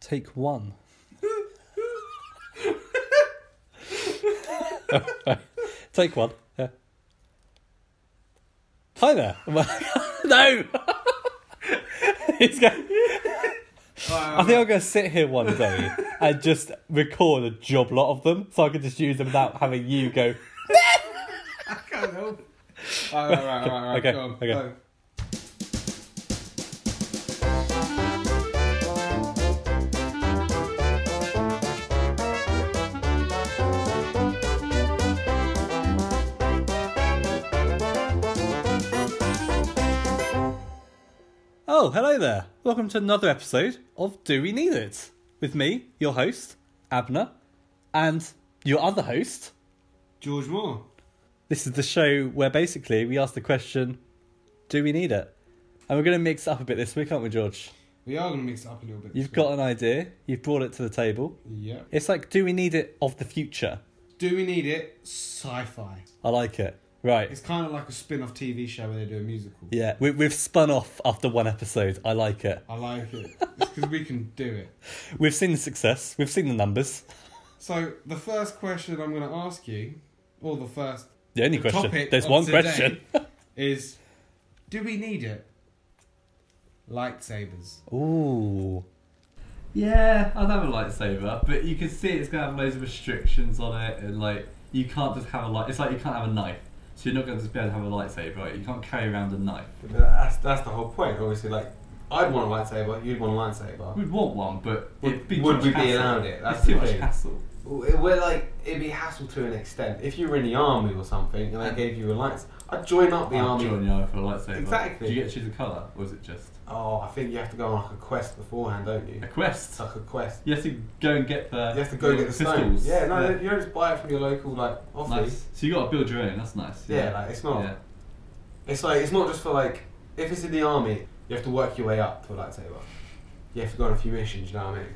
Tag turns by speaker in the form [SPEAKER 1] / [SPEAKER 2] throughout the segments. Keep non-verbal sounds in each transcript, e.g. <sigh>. [SPEAKER 1] Take one. Take one. Yeah. Hi there. <laughs> no. It's go- I think I'm going to sit here one day and just record a job lot of them, so I can just use them without having you go.
[SPEAKER 2] I can't help it. All right, all right, all right, all right.
[SPEAKER 1] Okay,
[SPEAKER 2] Go on,
[SPEAKER 1] okay.
[SPEAKER 2] Go.
[SPEAKER 1] Oh, hello there. Welcome to another episode of Do We Need It? With me, your host, Abner, and your other host.
[SPEAKER 2] George Moore.
[SPEAKER 1] This is the show where basically we ask the question, Do we need it? And we're going to mix up a bit this week, aren't we, George?
[SPEAKER 2] We are going to mix it up a little bit.
[SPEAKER 1] You've
[SPEAKER 2] this week.
[SPEAKER 1] got an idea, you've brought it to the table.
[SPEAKER 2] Yeah.
[SPEAKER 1] It's like, Do we need it of the future?
[SPEAKER 2] Do we need it? Sci-fi.
[SPEAKER 1] I like it. Right.
[SPEAKER 2] It's kind of like a spin-off TV show where they do a musical.
[SPEAKER 1] Yeah, we, we've spun off after one episode. I like it.
[SPEAKER 2] I like it. It's because we can do it.
[SPEAKER 1] We've seen the success, we've seen the numbers.
[SPEAKER 2] So the first question I'm going to ask you, or the first
[SPEAKER 1] The only
[SPEAKER 2] the
[SPEAKER 1] question.
[SPEAKER 2] topic
[SPEAKER 1] There's
[SPEAKER 2] of
[SPEAKER 1] one
[SPEAKER 2] today
[SPEAKER 1] question. <laughs>
[SPEAKER 2] is, do we need it? Lightsabers.
[SPEAKER 1] Ooh. Yeah, I'd have a lightsaber, but you can see it's gonna have loads of restrictions on it, and like you can't just have a light. It's like you can't have a knife, so you're not gonna just be able to have a lightsaber. Right? You can't carry around a knife.
[SPEAKER 2] That's, that's the whole point. Obviously, like I'd want a lightsaber. You'd want a lightsaber.
[SPEAKER 1] We'd want one, but
[SPEAKER 2] Would-
[SPEAKER 1] it'd be
[SPEAKER 2] would
[SPEAKER 1] too
[SPEAKER 2] we
[SPEAKER 1] much
[SPEAKER 2] be
[SPEAKER 1] hassle.
[SPEAKER 2] allowed it? That's
[SPEAKER 1] it's too
[SPEAKER 2] the
[SPEAKER 1] much
[SPEAKER 2] thing.
[SPEAKER 1] hassle.
[SPEAKER 2] We're like it'd be hassle to an extent. If you were in the army or something, and they gave you a lights, I'd join up the
[SPEAKER 3] Mm. I'd
[SPEAKER 2] army.
[SPEAKER 3] join the army for a lightsaber.
[SPEAKER 2] Exactly.
[SPEAKER 3] Do you get to choose a colour, or is it just
[SPEAKER 2] Oh, I think you have to go on like a quest beforehand, don't you?
[SPEAKER 3] a quest?
[SPEAKER 2] It's like a quest.
[SPEAKER 3] You have to go and get the.
[SPEAKER 2] Oh. You have to go get the stone.
[SPEAKER 3] pistols.
[SPEAKER 2] Yeah, no, you don't just buy it from your local like office.
[SPEAKER 3] Nice. So you got to build your own. That's nice.
[SPEAKER 2] Yeah, like it's not.
[SPEAKER 3] Yeah.
[SPEAKER 2] It's like it's not just for like if it's in the army, you have to work your way up to a lightsaber. You have to go on a few missions. You know what I mean?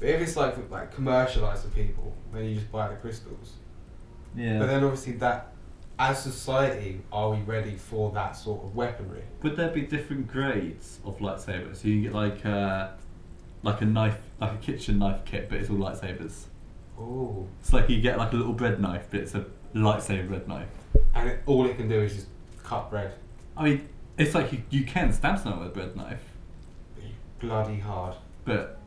[SPEAKER 2] But if it's like for, like commercialised for people, then you just buy the crystals.
[SPEAKER 3] Yeah.
[SPEAKER 2] But then obviously that, as society, are we ready for that sort of weaponry?
[SPEAKER 3] Would there be different grades of lightsabers? So you can get like a, like a knife, like a kitchen knife kit, but it's all lightsabers.
[SPEAKER 2] Oh,
[SPEAKER 3] It's like you get like a little bread knife, but it's a lightsaber bread knife.
[SPEAKER 2] and it, all it can do is just cut bread.
[SPEAKER 3] I mean, it's like you, you can stab someone with a bread knife,
[SPEAKER 2] Bloody hard.
[SPEAKER 3] but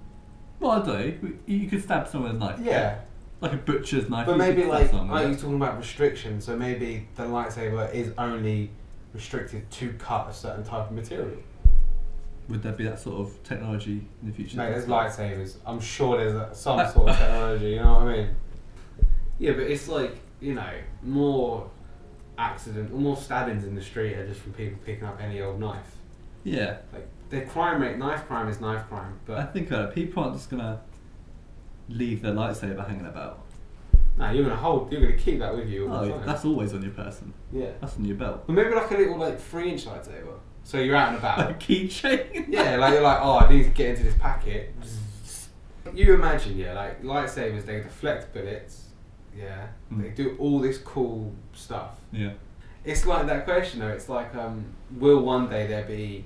[SPEAKER 3] well, I don't. know, You could stab someone with a knife.
[SPEAKER 2] Yeah,
[SPEAKER 3] Like a butcher's knife.
[SPEAKER 2] but
[SPEAKER 3] you could
[SPEAKER 2] maybe
[SPEAKER 3] stab
[SPEAKER 2] like
[SPEAKER 3] someone with
[SPEAKER 2] like
[SPEAKER 3] it.
[SPEAKER 2] you're talking about restrictions, so maybe the lightsaber is only restricted to cut a certain type of material.
[SPEAKER 3] Would there be that sort of technology in the future?
[SPEAKER 2] Mate, there's lightsabers. I'm sure there's a, some
[SPEAKER 3] Like-
[SPEAKER 2] sort of technology. You know what I mean? Yeah, but it's like you know more accident, more stabbings in the street are just from people picking up any old knife.
[SPEAKER 3] Yeah,
[SPEAKER 2] Like the crime rate, knife crime is knife crime,
[SPEAKER 3] I
[SPEAKER 2] but
[SPEAKER 3] think uh, people aren't just gonna leave their lightsaber hanging about.
[SPEAKER 2] no, you're gonna hold, you're gonna keep that with you all the
[SPEAKER 3] Oh,
[SPEAKER 2] time.
[SPEAKER 3] that's always on your person.
[SPEAKER 2] yeah.
[SPEAKER 3] That's on your belt.
[SPEAKER 2] But maybe like a little like three inch lightsaber. So you're out and
[SPEAKER 3] <laughs> A
[SPEAKER 2] about.
[SPEAKER 3] keychain.
[SPEAKER 2] yeah, like you're like, oh, I need to get into this packet. You imagine, yeah, like lightsabers, they deflect bullets. Yeah,
[SPEAKER 3] Mm.
[SPEAKER 2] they do all this cool stuff.
[SPEAKER 3] Yeah.
[SPEAKER 2] It's like that question though. It's like, um, will one day there be?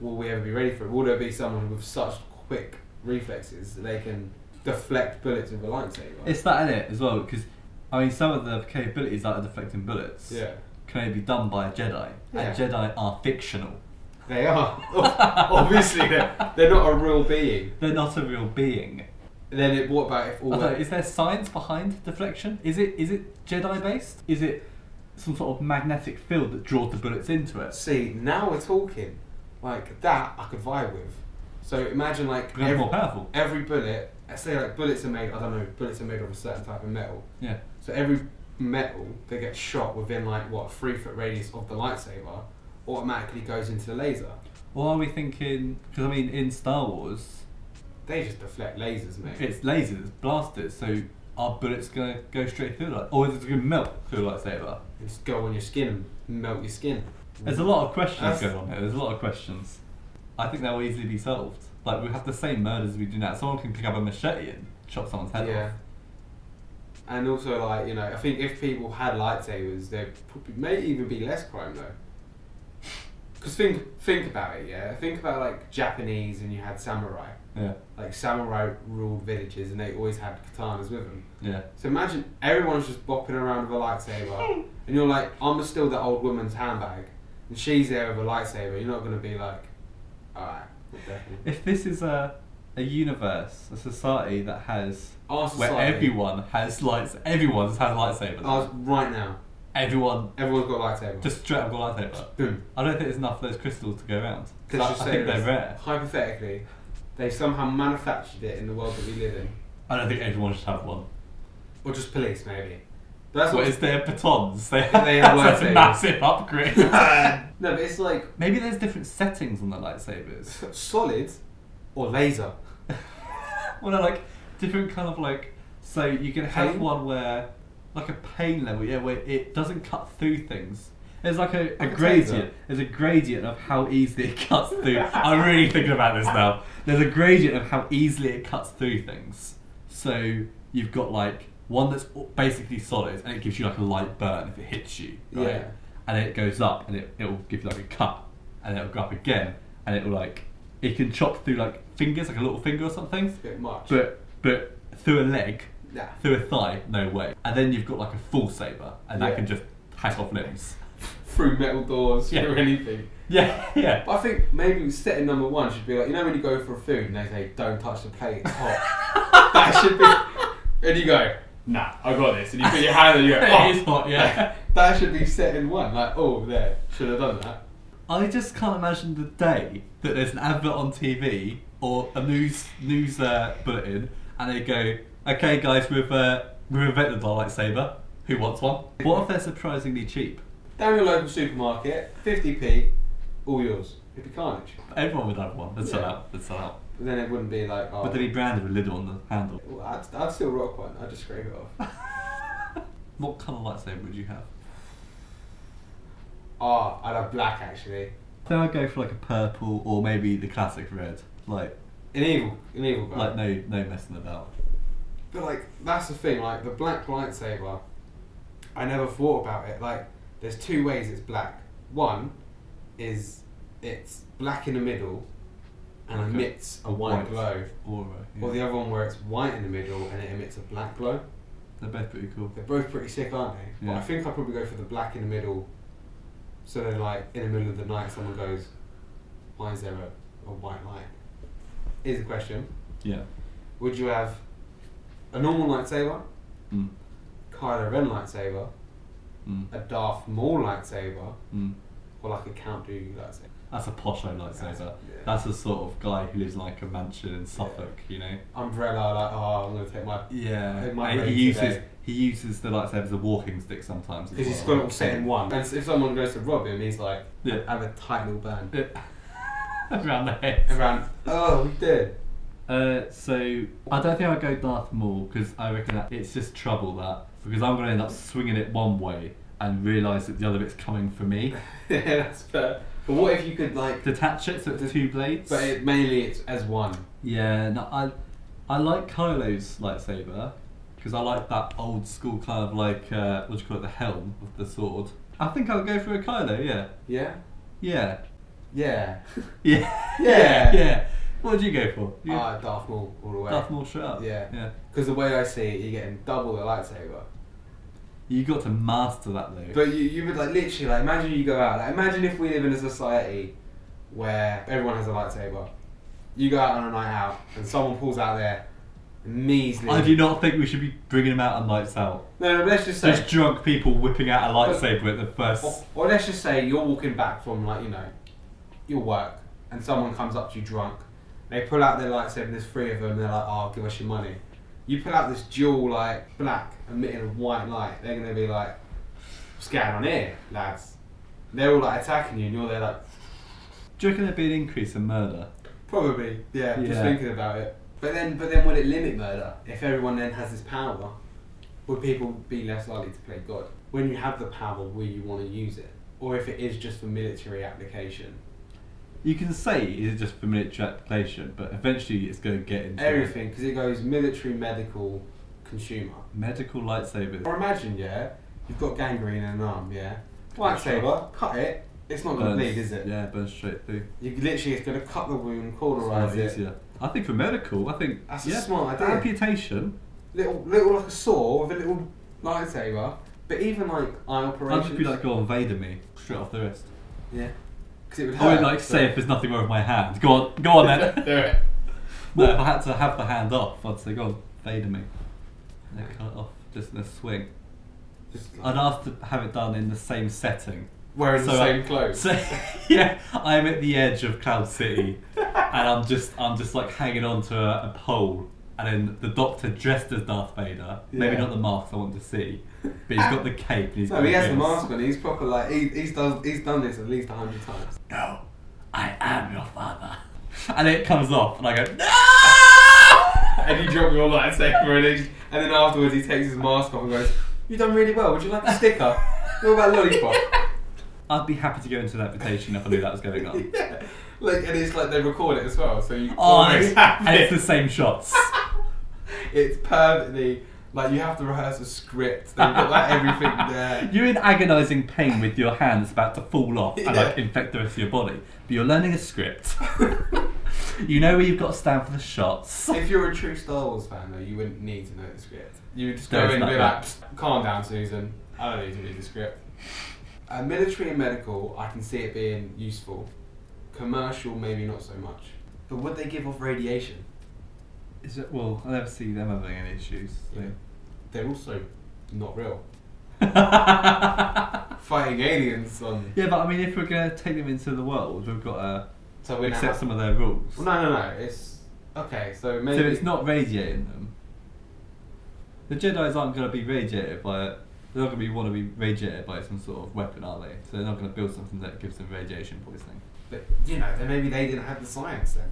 [SPEAKER 2] Will we ever be ready for it? Will there be someone with such quick reflexes that they can deflect bullets with a lightsaber?
[SPEAKER 3] It's that in it as well because I mean some of the capabilities like deflecting bullets
[SPEAKER 2] yeah,
[SPEAKER 3] can only be done by a Jedi,
[SPEAKER 2] Yeah.
[SPEAKER 3] and Jedi are fictional.
[SPEAKER 2] they are. Obviously, they're, they're not a real being.
[SPEAKER 3] They're not a real being.
[SPEAKER 2] Then it, what about if all?
[SPEAKER 3] Although,
[SPEAKER 2] that-
[SPEAKER 3] is there science behind deflection? Is it is it Jedi based? Is it some sort of magnetic field that draws the bullets into it?
[SPEAKER 2] See, now we're talking. Like that, I could vibe with. So imagine like
[SPEAKER 3] Becomes
[SPEAKER 2] every,
[SPEAKER 3] more powerful.
[SPEAKER 2] every bullet. I say like bullets are made. I don't know. Bullets are made of a certain type of metal.
[SPEAKER 3] Yeah.
[SPEAKER 2] So every metal that gets shot within like what a three foot radius of the lightsaber automatically goes into the laser.
[SPEAKER 3] Or are we thinking? Because I mean, in Star Wars,
[SPEAKER 2] They just deflect lasers, mate.
[SPEAKER 3] it's lasers, blasters. So are bullets gonna go straight through like, or is it gonna melt through a lightsaber?
[SPEAKER 2] Just go on your skin and melt your skin.
[SPEAKER 3] There's a lot of questions
[SPEAKER 2] That's-
[SPEAKER 3] going on here. There's a lot of questions. I think they'll easily be solved. Like we have the same murders we do now. Someone can pick up a machete and chop someone's head
[SPEAKER 2] Yeah. And also, like you know, I think if people had lightsabers, there probably may even be less crime though. Because think think about it, yeah. Think about like Japanese, and you had samurai.
[SPEAKER 1] Yeah.
[SPEAKER 2] Like samurai ruled villages, and they always had katanas with them.
[SPEAKER 1] Yeah.
[SPEAKER 2] So imagine everyone's just bopping around with a lightsaber, and you're like, I'm still that old woman's handbag, and she's there with a lightsaber. You're not gonna be like, alright, we'll definitely.
[SPEAKER 1] If this is a a universe, a society that has
[SPEAKER 2] Our
[SPEAKER 1] where
[SPEAKER 2] society. Oh.
[SPEAKER 1] everyone has lights, everyone's had lightsabers.
[SPEAKER 2] ours right now.
[SPEAKER 1] everyone
[SPEAKER 2] Everyone's got a lightsaber.
[SPEAKER 1] just straight up got a lightsaber.
[SPEAKER 2] boom.
[SPEAKER 1] I don't think there's enough of those crystals to go around. 'Cause
[SPEAKER 2] Let's
[SPEAKER 1] I,
[SPEAKER 2] just
[SPEAKER 1] I
[SPEAKER 2] say
[SPEAKER 1] think
[SPEAKER 2] there
[SPEAKER 1] they're
[SPEAKER 2] is.
[SPEAKER 1] rare.
[SPEAKER 2] Hypothetically, they somehow manufactured it in the world that we live in,
[SPEAKER 1] I don't think everyone should have one.
[SPEAKER 2] or just police maybe. That's
[SPEAKER 1] What is their batons? They have,
[SPEAKER 2] They
[SPEAKER 1] <laughs>
[SPEAKER 2] have
[SPEAKER 1] that's a
[SPEAKER 2] lightsabers.
[SPEAKER 1] massive upgrade.
[SPEAKER 2] <laughs> no, but it's like
[SPEAKER 1] Maybe there's different settings on the lightsabers. <laughs>
[SPEAKER 2] solid or laser.
[SPEAKER 1] Well, they're like different kind of like. So you can have
[SPEAKER 2] Pain?
[SPEAKER 1] one where, like a pain level, yeah, where it doesn't cut through things. There's like a, a
[SPEAKER 2] Like a
[SPEAKER 1] gradient.
[SPEAKER 2] taser.
[SPEAKER 1] There's a gradient of how easily it cuts through. I'm really thinking about this now. There's a gradient of how easily it cuts through things. So you've got like one that's o- basically solid, and it gives you like a light burn if it hits you, right?
[SPEAKER 2] Yeah.
[SPEAKER 1] And then it goes up, and it it will give you like a cut, and then it'll go up again, and it will like it can chop through like fingers, like a little finger or something.
[SPEAKER 2] It's a bit much.
[SPEAKER 1] But but through a leg,
[SPEAKER 2] nah. <laughs>
[SPEAKER 1] through a thigh, no way. And then you've got like a full saber, and that
[SPEAKER 2] Yeah.
[SPEAKER 1] can just hack off limbs. <laughs>
[SPEAKER 2] through metal doors,
[SPEAKER 1] Yeah.
[SPEAKER 2] through anything.
[SPEAKER 1] Yeah, yeah.
[SPEAKER 2] But I think maybe setting number one should be like you know when you go for food and they say don't touch the plate, it's hot.
[SPEAKER 1] <laughs>
[SPEAKER 2] that should be. And you go, nah, I got this. And you put your hand and you go,
[SPEAKER 1] <laughs> It is
[SPEAKER 2] oh.
[SPEAKER 1] hot, yeah.
[SPEAKER 2] <laughs> That should be setting one. Like, oh, there, should have done that.
[SPEAKER 1] I just can't imagine the day that there's an advert on TV or a news news uh, bulletin, and they go, "Okay, guys, we've uh, we've invented our lightsaber. Who wants one?" What if they're surprisingly cheap?
[SPEAKER 2] Down your local supermarket, 50p, all yours. It'd be carnage.
[SPEAKER 1] Everyone would have one. They'd sell
[SPEAKER 2] Yeah.
[SPEAKER 1] out. They'd sell out.
[SPEAKER 2] But then it wouldn't be like, oh.
[SPEAKER 1] But they'd be branded with Lidl on the handle. <laughs>
[SPEAKER 2] Well, I'd, I'd still rock one. I'd just scrape it off. <laughs>
[SPEAKER 1] What kind of lightsaber would you have?
[SPEAKER 2] Ah, I'd have black actually.
[SPEAKER 1] Then I'd go for like a purple or maybe the classic red. Like
[SPEAKER 2] An evil, an evil guy.
[SPEAKER 1] like no no messing about.
[SPEAKER 2] But like that's the thing, like the black lightsaber, I never thought about it. Like there's two ways it's black. One is it's black in the middle and
[SPEAKER 1] Like a-
[SPEAKER 2] emits a white,
[SPEAKER 1] white.
[SPEAKER 2] glow.
[SPEAKER 1] Aura. uh, Yeah.
[SPEAKER 2] Or the other one where it's white in the middle and it emits a black glow.
[SPEAKER 1] They're both pretty cool.
[SPEAKER 2] They're both pretty sick, aren't they? But
[SPEAKER 1] Yeah.
[SPEAKER 2] I think I'd probably go for the black in the middle. So then like in the middle of the night someone goes, Why is there a, a white light? Here's a question.
[SPEAKER 1] Yeah.
[SPEAKER 2] Would you have a normal lightsaber?
[SPEAKER 1] Mm.
[SPEAKER 2] Kylo Ren lightsaber,
[SPEAKER 1] Mm.
[SPEAKER 2] a Darth Maul lightsaber,
[SPEAKER 1] Mm.
[SPEAKER 2] or like a Count Dooku lightsaber.
[SPEAKER 1] That's a posho lightsaber.
[SPEAKER 2] Yeah.
[SPEAKER 1] That's the sort of guy who lives in like a mansion in Suffolk, you know.
[SPEAKER 2] Umbrella, like oh, I'm gonna take my <laughs>
[SPEAKER 1] Yeah.
[SPEAKER 2] It might
[SPEAKER 1] And he
[SPEAKER 2] rain
[SPEAKER 1] uses
[SPEAKER 2] today.
[SPEAKER 1] he uses the lightsaber as a walking stick sometimes. as
[SPEAKER 2] because he's
[SPEAKER 1] well.
[SPEAKER 2] got it all set in one. And if someone goes to rob him, he's like,
[SPEAKER 1] Yeah.
[SPEAKER 2] I have a tight little <laughs> band
[SPEAKER 1] <laughs> around the head.
[SPEAKER 2] around. Oh, we did. <laughs>
[SPEAKER 1] Uh, so I don't think I'll go Darth Maul because I reckon that it's just trouble that because I'm going to end up swinging it one way and realise that the other bit's coming for me.
[SPEAKER 2] yeah, that's fair. But what if you could like?
[SPEAKER 1] Detach it so it's two blades.
[SPEAKER 2] But it, mainly it's as one.
[SPEAKER 1] yeah, no, I I like Kylo's lightsaber because I like that old school kind of like uh, what do you call it the helm of the sword. I think I'll go for a Kylo. Yeah,
[SPEAKER 2] Yeah.
[SPEAKER 1] yeah,
[SPEAKER 2] Yeah.
[SPEAKER 1] <laughs> yeah,
[SPEAKER 2] <laughs>
[SPEAKER 1] <laughs>
[SPEAKER 2] Yeah.
[SPEAKER 1] yeah. What would you go for? You
[SPEAKER 2] Ah, Darth Maul all the way.
[SPEAKER 1] Darth Maul straight up.
[SPEAKER 2] Yeah.
[SPEAKER 1] yeah.
[SPEAKER 2] Because the way I see it, you're getting double the lightsaber.
[SPEAKER 1] You got to master that though.
[SPEAKER 2] But you, you would like literally like imagine you go out like imagine if we live in a society where everyone has a lightsaber. You go out on a night out and someone pulls out their measly.
[SPEAKER 1] I do not think we should be bringing them out on nights out.
[SPEAKER 2] No, no, let's just say.
[SPEAKER 1] Just drunk people whipping out a lightsaber at the
[SPEAKER 2] or,
[SPEAKER 1] first.
[SPEAKER 2] or let's just say you're walking back from like you know your work and someone comes up to you drunk. They pull out their lightsaber. There's three of them. They're like, "Oh, give us your money." You pull out this dual like black emitting a white light. They're gonna be like, "What's going on here, lads?" They're all like attacking you, and you're there like.
[SPEAKER 1] Do you reckon there'd be an increase in murder?
[SPEAKER 2] Probably, yeah, Just
[SPEAKER 1] Yeah.
[SPEAKER 2] thinking about it. But then, but then, would it limit murder if everyone then has this power? Would people be less likely to play God? When you have the power, will you want to use it, or if it is just for military application?
[SPEAKER 1] You can say is it just for military application, but eventually it's going to get into
[SPEAKER 2] Everything, because it goes military, medical, consumer.
[SPEAKER 1] medical lightsabers.
[SPEAKER 2] Or imagine, yeah, you've got gangrene in an arm, yeah. Lightsaber, cut it, it's not going to
[SPEAKER 1] Burns-
[SPEAKER 2] bleed, is it?
[SPEAKER 1] Yeah, burns straight through.
[SPEAKER 2] You literally, it's going to cut the wound,
[SPEAKER 1] It's a lot
[SPEAKER 2] cauterize it.
[SPEAKER 1] easier. I think for medical, I think
[SPEAKER 2] That's
[SPEAKER 1] yeah,
[SPEAKER 2] a smart idea.
[SPEAKER 1] amputation.
[SPEAKER 2] little, little like a saw with a little lightsaber. But even like eye
[SPEAKER 1] I'd just
[SPEAKER 2] operations.
[SPEAKER 1] be like, go on, Vader me straight off the wrist.
[SPEAKER 2] yeah, because it would
[SPEAKER 1] I
[SPEAKER 2] hurt.
[SPEAKER 1] would like
[SPEAKER 2] but-
[SPEAKER 1] say if there's nothing wrong with my hand. Go on, go on
[SPEAKER 2] <laughs>
[SPEAKER 1] then.
[SPEAKER 3] <laughs> Do it.
[SPEAKER 1] no,
[SPEAKER 2] Uh,
[SPEAKER 1] if I had to have the hand off, I'd say, go on, Vader me. And then cut it off just in a swing.
[SPEAKER 2] Just like,
[SPEAKER 1] I'd ask to have it done in the same setting.
[SPEAKER 2] wearing the
[SPEAKER 1] so,
[SPEAKER 2] same clothes.
[SPEAKER 1] So <laughs> yeah, I'm at the edge of Cloud City, and I'm just I'm just like hanging onto a, a pole, and then the Doctor dressed as Darth Vader. Maybe
[SPEAKER 2] Yeah.
[SPEAKER 1] not the mask I want to see, but he's got the cape and he's
[SPEAKER 2] no,
[SPEAKER 1] got
[SPEAKER 2] he has the
[SPEAKER 1] wings.
[SPEAKER 2] mask on. He's proper like he, he's done he's done this at least a hundred times.
[SPEAKER 1] No, I am your father. <laughs> And it comes off, and I go no.
[SPEAKER 2] And you drop your lightsaber and, he, and then afterwards he takes his mask off and goes, "You've done really well. Would you like a sticker?
[SPEAKER 3] <laughs>
[SPEAKER 2] what about a lollipop?"
[SPEAKER 1] <laughs> I'd be happy to go into an amputation if I knew that was going
[SPEAKER 2] <laughs>
[SPEAKER 1] on.
[SPEAKER 2] yeah. Like and it's like they record it as well, so you
[SPEAKER 1] Oh,
[SPEAKER 2] always have
[SPEAKER 1] and it's
[SPEAKER 2] it.
[SPEAKER 1] the same
[SPEAKER 2] <laughs>
[SPEAKER 1] shots.
[SPEAKER 2] It's perfectly like you have to rehearse a script. They've got like everything there.
[SPEAKER 1] You're in agonising pain with your hand that's about to fall off and like
[SPEAKER 2] Yeah.
[SPEAKER 1] infect the rest of your body, but you're learning a script. you know where you've got to stand for the shots.
[SPEAKER 2] If you're a true Star Wars fan, though, you wouldn't need to know the script. You would just go
[SPEAKER 1] There's
[SPEAKER 2] in and be
[SPEAKER 1] nothing.
[SPEAKER 2] like, "Psst, calm down, Susan. I don't need to read the script. Uh, military and medical, I can see it being useful. Commercial, maybe not so much. But would they give off radiation?
[SPEAKER 1] Is it, well, I never see them having any issues. so-
[SPEAKER 2] They're also not real. <laughs> Fighting aliens on.
[SPEAKER 1] <laughs> yeah, but I mean, if we're going to take them into the world, we've got to
[SPEAKER 2] So we're
[SPEAKER 1] accept
[SPEAKER 2] now.
[SPEAKER 1] some of their rules.
[SPEAKER 2] Well, no, no, no. It's okay. So maybe
[SPEAKER 1] So it's not radiating them. The Jedi's aren't going to be radiated by it. They're not going to be want to be radiated by some sort of weapon, are they? So they're not going to build something that gives them radiation poisoning.
[SPEAKER 2] But, you know, then maybe they didn't have the science then.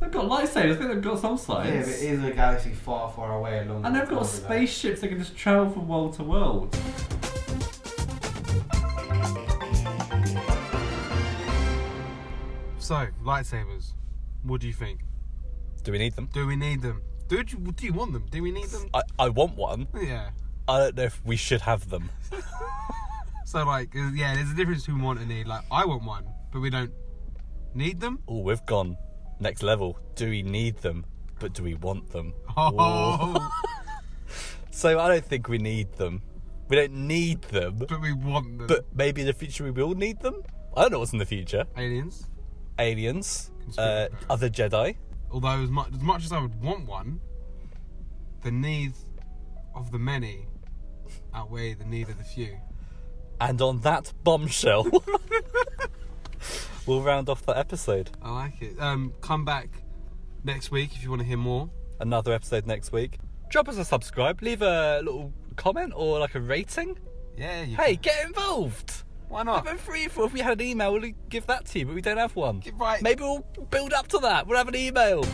[SPEAKER 1] They've got lightsabers. I think they've got some
[SPEAKER 2] Yeah,
[SPEAKER 1] science.
[SPEAKER 2] but it is a galaxy far, far away. Along
[SPEAKER 1] and they've got spaceships that can just travel from world to world.
[SPEAKER 2] So lightsabers. What do you think?
[SPEAKER 3] Do we need them?
[SPEAKER 2] Do we need them? Do you, do you want them? Do we need them?
[SPEAKER 3] I, I want one.
[SPEAKER 2] Yeah.
[SPEAKER 3] I don't know if we should have them.
[SPEAKER 2] So like, uh, yeah, there's a difference between want and need. Like, I want one, but we don't need them. <laughs>
[SPEAKER 3] Oh, we've gone next level. Do we need them? But do we want them?
[SPEAKER 2] <laughs> Oh,
[SPEAKER 3] So I don't think we need them. We don't need them.
[SPEAKER 2] <laughs> but we want them.
[SPEAKER 3] But maybe in the future we will need them. I don't know what's in the future.
[SPEAKER 2] Aliens.
[SPEAKER 3] Aliens, uh,
[SPEAKER 2] Conspiracy
[SPEAKER 3] other Jedi.
[SPEAKER 2] Although as much as much as I would want one, the need of the many outweigh the need of the few.
[SPEAKER 3] And on that bombshell, <laughs> we'll round off that episode.
[SPEAKER 2] I like it. Um, come back next week if you want to hear more.
[SPEAKER 3] Another episode next week. Drop us a subscribe, leave a little comment or like a rating.
[SPEAKER 2] Yeah. You
[SPEAKER 3] Hey,
[SPEAKER 2] can-
[SPEAKER 3] get involved!
[SPEAKER 2] why
[SPEAKER 3] I've
[SPEAKER 2] not?
[SPEAKER 3] been free for if we had an email, we'll give that to you, but we don't have one.
[SPEAKER 2] Right.
[SPEAKER 3] Maybe we'll build up to that. We'll have an email.